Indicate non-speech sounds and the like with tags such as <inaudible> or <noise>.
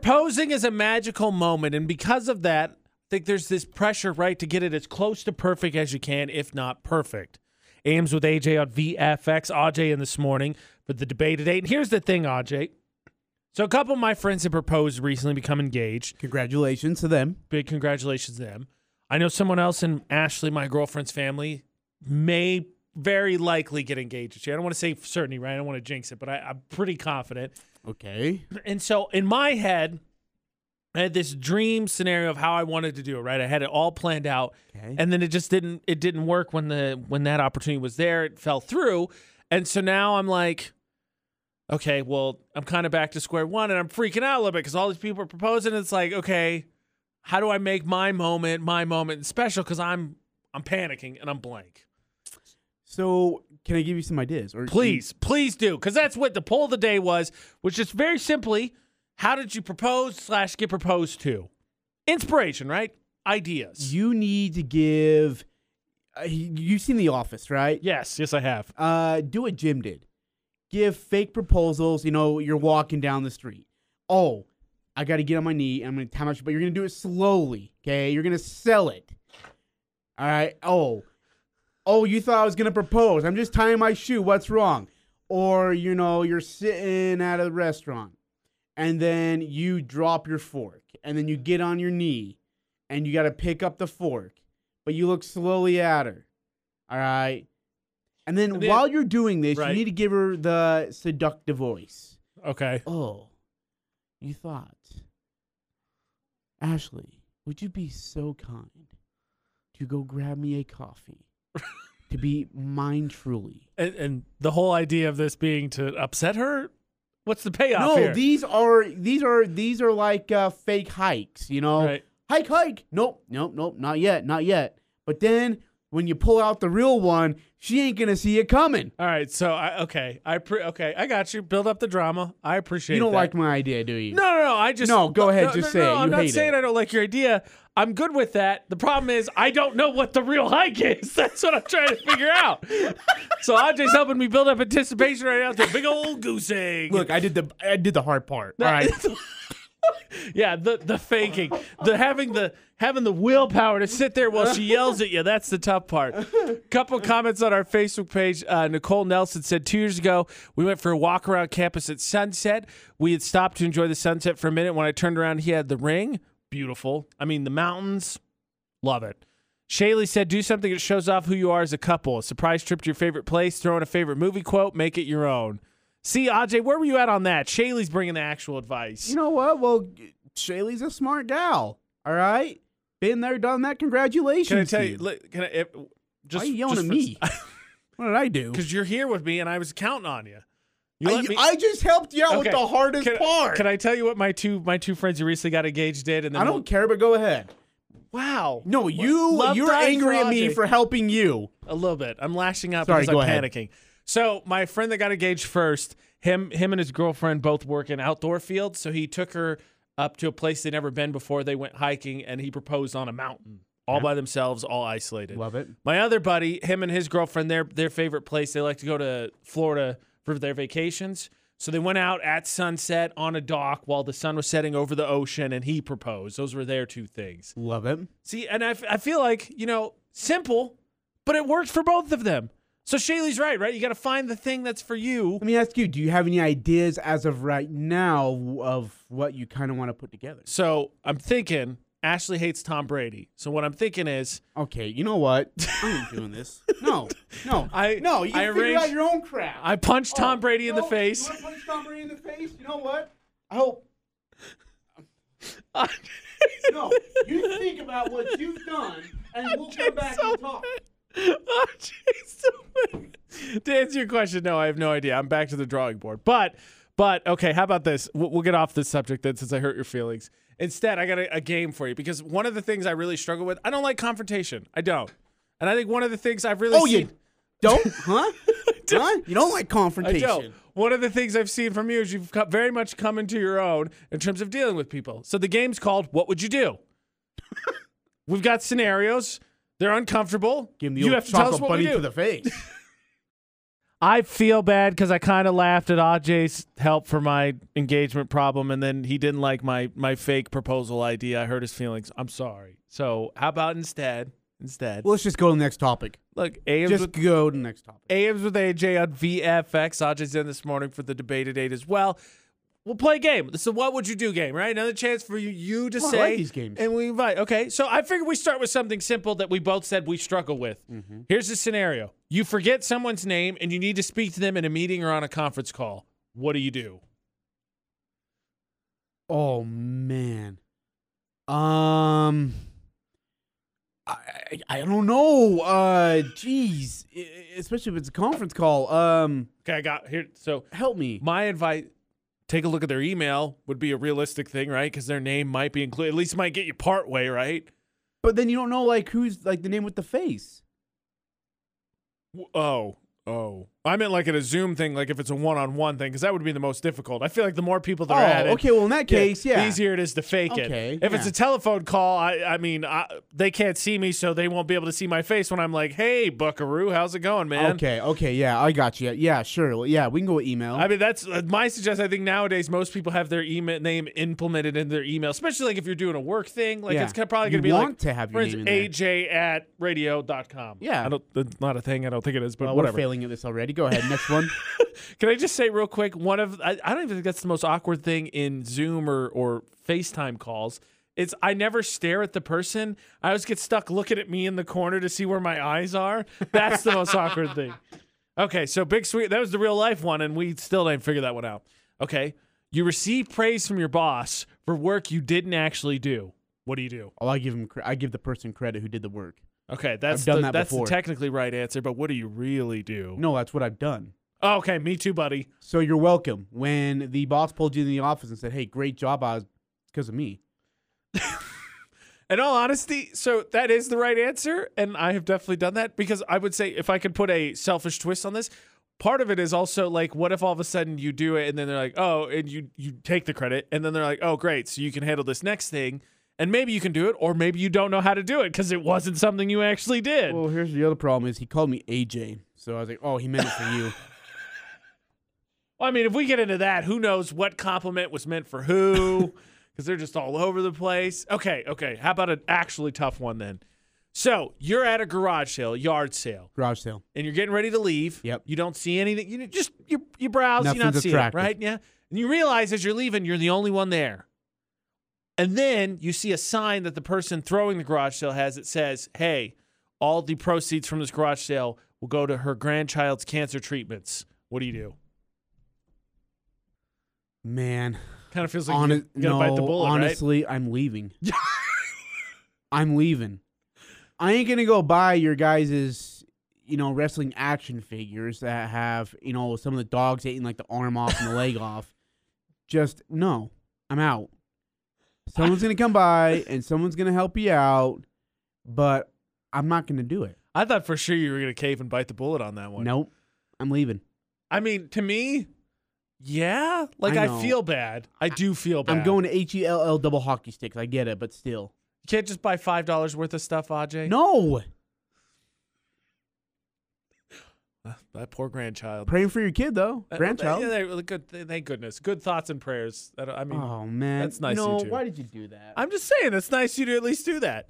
Proposing is a magical moment, and because of that, I think there's this pressure, right, to get it as close to perfect as you can, if not perfect. Ames with AJ on VFX, AJ in this morning for the debate today. And here's the thing, AJ. So a couple of my friends have proposed recently, become engaged. Congratulations to them. Big congratulations to them. I know someone else in Ashley, my girlfriend's family, may very likely get engaged. this year. I don't want to say for certainty, right? I don't want to jinx it, but I, I'm pretty confident. Okay. And so in my head, I had this dream scenario of how I wanted to do it, right? I had it all planned out. Okay. And then it just didn't it didn't work when the when that opportunity was there. It fell through. And so now I'm like, okay, well, I'm kind of back to square one and I'm freaking out a little bit because all these people are proposing. it's like, okay, how do I make my moment, my moment special? Because I'm I'm panicking and I'm blank. So, can I give you some ideas? Or Please, please do, because that's what the poll of the day was, which is very simply, how did you propose slash get proposed to? Inspiration, right? Ideas. You need to give. Uh, you've seen The Office, right? yes, yes, I have. Uh, do what Jim did. Give fake proposals. You know, you're walking down the street. Oh, I got to get on my knee. and I'm going to time out, but you're going to do it slowly. Okay, you're going to sell it. All right. Oh, oh, you thought I was going to propose. I'm just tying my shoe. What's wrong? Or you know, you're sitting at a restaurant, and then you drop your fork, and then you get on your knee, and you got to pick up the fork, but you look slowly at her. All right. And then, And then- while you're doing this, Right. you need to give her the seductive voice. Okay. Oh, you thought. Ashley, would you be so kind to go grab me a coffee to be mine truly? And, and the whole idea of this being to upset her? What's the payoff <laughs> no, here? these are these are these are like uh, fake hikes, you know. Right. Hike, hike. Nope, nope, nope. Not yet, not yet. But then when you pull out the real one, she ain't gonna see it coming. All right, so I okay, I pre- okay, I got you. Build up the drama. I appreciate. You don't that. like my idea, do you? No, no, no. I just No, go ahead, No, just no, say no, it. I'm You not hate saying it. I don't like your idea. I'm good with that. The problem is I don't know what the real hike is. <laughs> That's what I'm trying to figure out. So Ajay's helping me build up anticipation right now. It's a big old goose egg. Look, I did the I did the hard part. All right. <laughs> yeah, the the faking, the having the having the willpower to sit there while she yells at you. That's the tough part. Couple comments on our Facebook page. Uh, Nicole Nelson said two years ago we went for a walk around campus at sunset. We had stopped to enjoy the sunset for a minute. When I turned around, he had the ring. Beautiful. I mean, the mountains. Love it. Shaylee said, do something that shows off who you are as a couple. A surprise trip to your favorite place, throw in a favorite movie quote, make it your own. See, Ajay, where were you at on that? Shaylee's bringing the actual advice. You know what? Well, Shaylee's a smart gal. All right, been there, done that. Congratulations. Can I tell to you? li- Can I? If, just, Why are you yelling just at me? <laughs> what did I do? Because you're here with me, and I was counting on you. You I, let me. I just helped you out with Okay. the hardest can, part. Can I tell you what my two my two friends who recently got engaged did? And then I don't care, but go ahead. Wow. No, you Love you're died angry at me Ajay. for helping you. a little bit. I'm lashing out Sorry, because go I'm ahead. panicking. So my friend that got engaged first, him him and his girlfriend both work in outdoor fields, so he took her up to a place they'd never been before. They went hiking, and he proposed on a mountain, all by themselves, all isolated. it. My other buddy, him and his girlfriend, their their favorite place, they like to go to Florida for their vacations. So they went out at sunset on a dock while the sun was setting over the ocean, and he proposed. Those were their two things. Love it. See, and I, f- I feel like you know simple, but it worked for both of them. So Shaylee's right, right? You got to find the thing that's for you. Let me ask you: Do you have any ideas as of right now of what you kind of want to put together? So I'm thinking Ashley hates Tom Brady. So what I'm thinking is Okay, you <laughs> know what? I ain't doing this. No, no, I- no. You I can figure out arranged- your own crap. I punched Tom Brady in the Oh, No, face. <laughs> <laughs> You wanna punch Tom Brady in the face? You know what? I hope. No, you think about what you've done, and we'll come back and talk. Oh, <laughs> jeez. to answer your question, no, I have no idea. I'm back to the drawing board. But, but okay, how about this? We'll, we'll get off this subject then, since I hurt your feelings. Instead, I got a, a game for you because one of the things I really struggle with, I don't like confrontation. I don't, and I think one of the things I've really Oh, seen, you <laughs> don't, huh? huh? You don't like I don't. confrontation. One of the things I've seen from you is you've co- very much come into your own in terms of dealing with people. So the game's called "What Would You <laughs> Do." We've got scenarios. They're uncomfortable. Give him the you old have to tell us <laughs> chocolate what we do. bunny to the face. I feel bad because I kind of laughed at Ajay's help for my engagement problem, and then he didn't like my my fake proposal idea. I hurt his feelings. I'm sorry. So how about instead, instead, Well, let's just go to the next topic. look, AMs Just with go to the next topic. AMs with AJ on VFX. Ajay's in this morning for the debate at eight as well. We'll play a game. This is a what would you do game, right? Another chance for you, you to Oh, I say like these games. And we invite. Okay, so I figured we start with something simple that we both said we struggle with. Mm-hmm. Here's the scenario: you forget someone's name and you need to speak to them in a meeting or on a conference call. What do you do? Oh man. Um I I- I don't know. Uh jeez, E- e- especially if it's a conference call. Um Okay, I got here. So help me. my advice: take a look at their email. Would be a realistic thing, right? Because their name might be included. At least might get you part way, right? But then you don't know like who's like the name with the face. W- Oh, oh. I meant like in a Zoom thing, like if it's a one-on-one thing, because that would be the most difficult. I feel like the more people that oh, are at it, okay, well in that the- case, yeah. the easier it is to fake Okay, it. If it's yeah. a telephone call, I, I mean, I, they can't see me, so they won't be able to see my face when I'm like, "Hey, Buckaroo, how's it going, man?" Okay, okay, yeah, I got you. Yeah, sure. well, Yeah, we can go with email. I mean, that's uh, my suggestion. I think nowadays most people have their email name implemented in their email, especially like if you're doing a work thing. Like Yeah. it's kinda probably You going to be want like, to have for your name in instance, there. AJ at radio.com. Yeah. I don't, that's not a thing. I don't think it is, but Well, whatever. Oh, We're failing at this already. Go ahead, <laughs> next one. Can I just say real quick? One of I, I don't even think that's the most awkward thing in Zoom or or FaceTime calls. It's I never stare at the person. I always get stuck looking at me in the corner to see where my eyes are. That's the most awkward thing. Okay, so big sweet. That was the real life one, and we still didn't figure that one out. Okay, you receive praise from your boss for work you didn't actually do. What do you do? Oh, I give him cre- I give the person credit who did the work. Okay, that's I've done the, that that's before. the technically right answer, but what do you really do? No, that's what I've done. Oh, okay, me too, buddy. So you're welcome. When the boss pulled you in the office and said, "Hey, great job, Oz," because of me. In all honesty, so that is the right answer, and I have definitely done that because I would say if I could put a selfish twist on this, part of it is also like, what if all of a sudden you do it and then they're like, oh, and you you take the credit, and then they're like, oh, great, so you can handle this next thing, and maybe you can do it, or maybe you don't know how to do it because it wasn't something you actually did. Well, here's the other problem: is he called me AJ, so I was like, "Oh, he meant it for <laughs> you." Well, I mean, if we get into that, who knows what compliment was meant for who? Because they're just all over the place. Okay, okay. How about an actually tough one then? So you're at a garage sale, yard sale. Garage sale. and you're getting ready to leave. Yep. You don't see anything. You just you you browse. you not Nothing's see attractive. it, right? Yeah. And you realize as you're leaving, you're the only one there. And then you see a sign that the person throwing the garage sale has. It says, "Hey, all the proceeds from this garage sale will go to her grandchild's cancer treatments." What do you do? Man, Kind of feels like honest, you're gonna no, bite the bullet, right? honestly, I'm <laughs> leaving. I'm leaving. I ain't gonna go buy your guys' you know, wrestling action figures that have, you know, some of the dogs eating like the arm off and <laughs> the leg off. Just no. I'm out. Someone's gonna come by and someone's gonna help you out, but I'm not gonna do it. I thought for sure you were gonna cave and bite the bullet on that one. Nope. I'm leaving. I mean, to me, yeah. Like I I, know. feel bad. I do feel bad. I'm going to H E L L double hockey sticks. I get it, but still. You can't just buy five dollars worth of stuff, Ajay. No. That Uh, poor grandchild. Praying for your kid though. Uh, Grandchild. Yeah, they- good, thank goodness. Good thoughts and prayers. I, don't- I mean, oh man, that's nice you No, two. why did you do that? I'm just saying, it's nice you to at least do that.